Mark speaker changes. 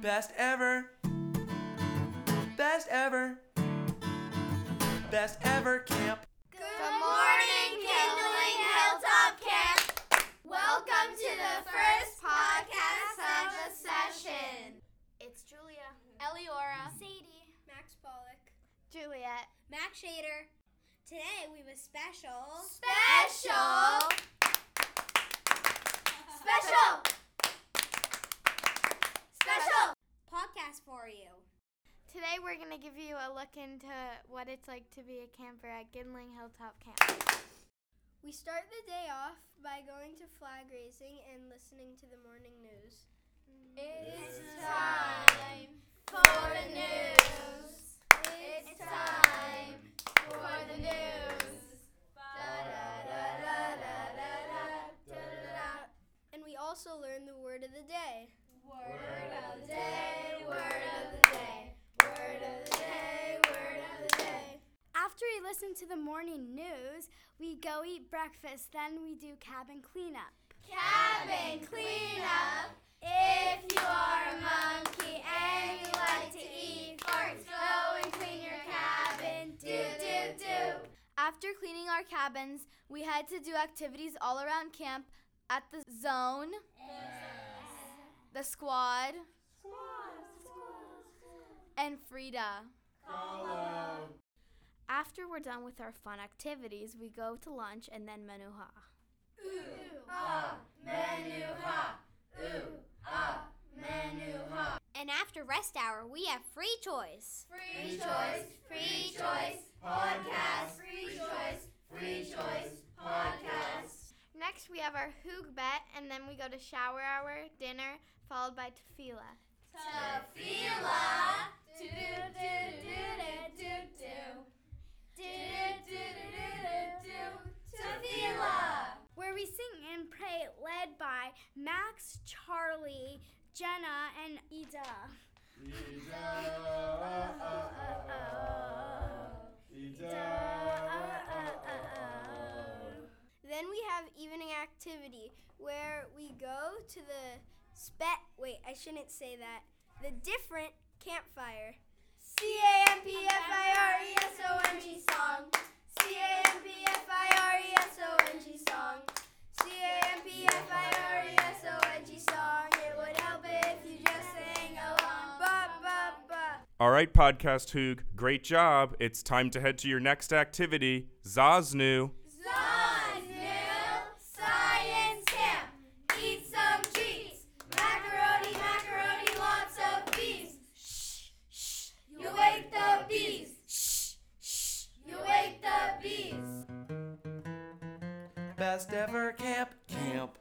Speaker 1: Best ever. Best ever. Best ever camp.
Speaker 2: Good morning, Kindling Hilltop Camp. Welcome to the first podcast of the session.
Speaker 3: It's Julia,
Speaker 2: Eliora,
Speaker 3: Sadie,
Speaker 4: Max Pollock,
Speaker 3: Juliet.
Speaker 4: Max Shader. Today we have a special.
Speaker 2: special, special, special.
Speaker 4: podcast for you.
Speaker 3: Today we're going to give you a look into what it's like to be a camper at Gidling Hilltop Camp.
Speaker 4: We start the day off by going to flag raising and listening to the morning news.
Speaker 2: It's time for the news. It's time for the news.
Speaker 4: And we also learn the word of the day.
Speaker 2: Word of the day, word of the day, word of the day, word of the day.
Speaker 5: After we listen to the morning news, we go eat breakfast, then we do cabin cleanup.
Speaker 2: Cabin cleanup. If you are a monkey and you like to eat farts, go and clean your cabin. Do, do, do.
Speaker 5: After cleaning our cabins, we had to do activities all around camp at the zone, the squad, and Frida. After we're done with our fun activities, we go to lunch and then menuha.
Speaker 4: And after rest hour, we have free choice.
Speaker 2: Free choice, free choice, podcast. Free choice, free choice, podcast.
Speaker 3: Next, we have our hoog bet, and then we go to shower hour, dinner, followed by tefillah.
Speaker 2: Tefila. Do, do, do, do, do, do, do. Do, do, do, do, do, do. Tefila.
Speaker 5: where we sing and pray led by Max, Charlie, Jenna, and Ida.
Speaker 4: Then we have evening activity where we go to the spet. Wait, I shouldn't say that. The different campfire.
Speaker 2: C A M P F I R E S O N G song. C A M P F I R E S O N G song. C A M P F I R E S O N G song. It would help if you just sang along. Ba ba ba.
Speaker 6: All right, Podcast Hoog, great job. It's time to head to your next activity, Zaznu.
Speaker 2: Zonil Science Camp. Eat some treats. Macaroni, macaroni, lots of bees. Shh, shh. You wake the bees. Shh, shh. You wake the bees.
Speaker 1: Best ever camp. Camp.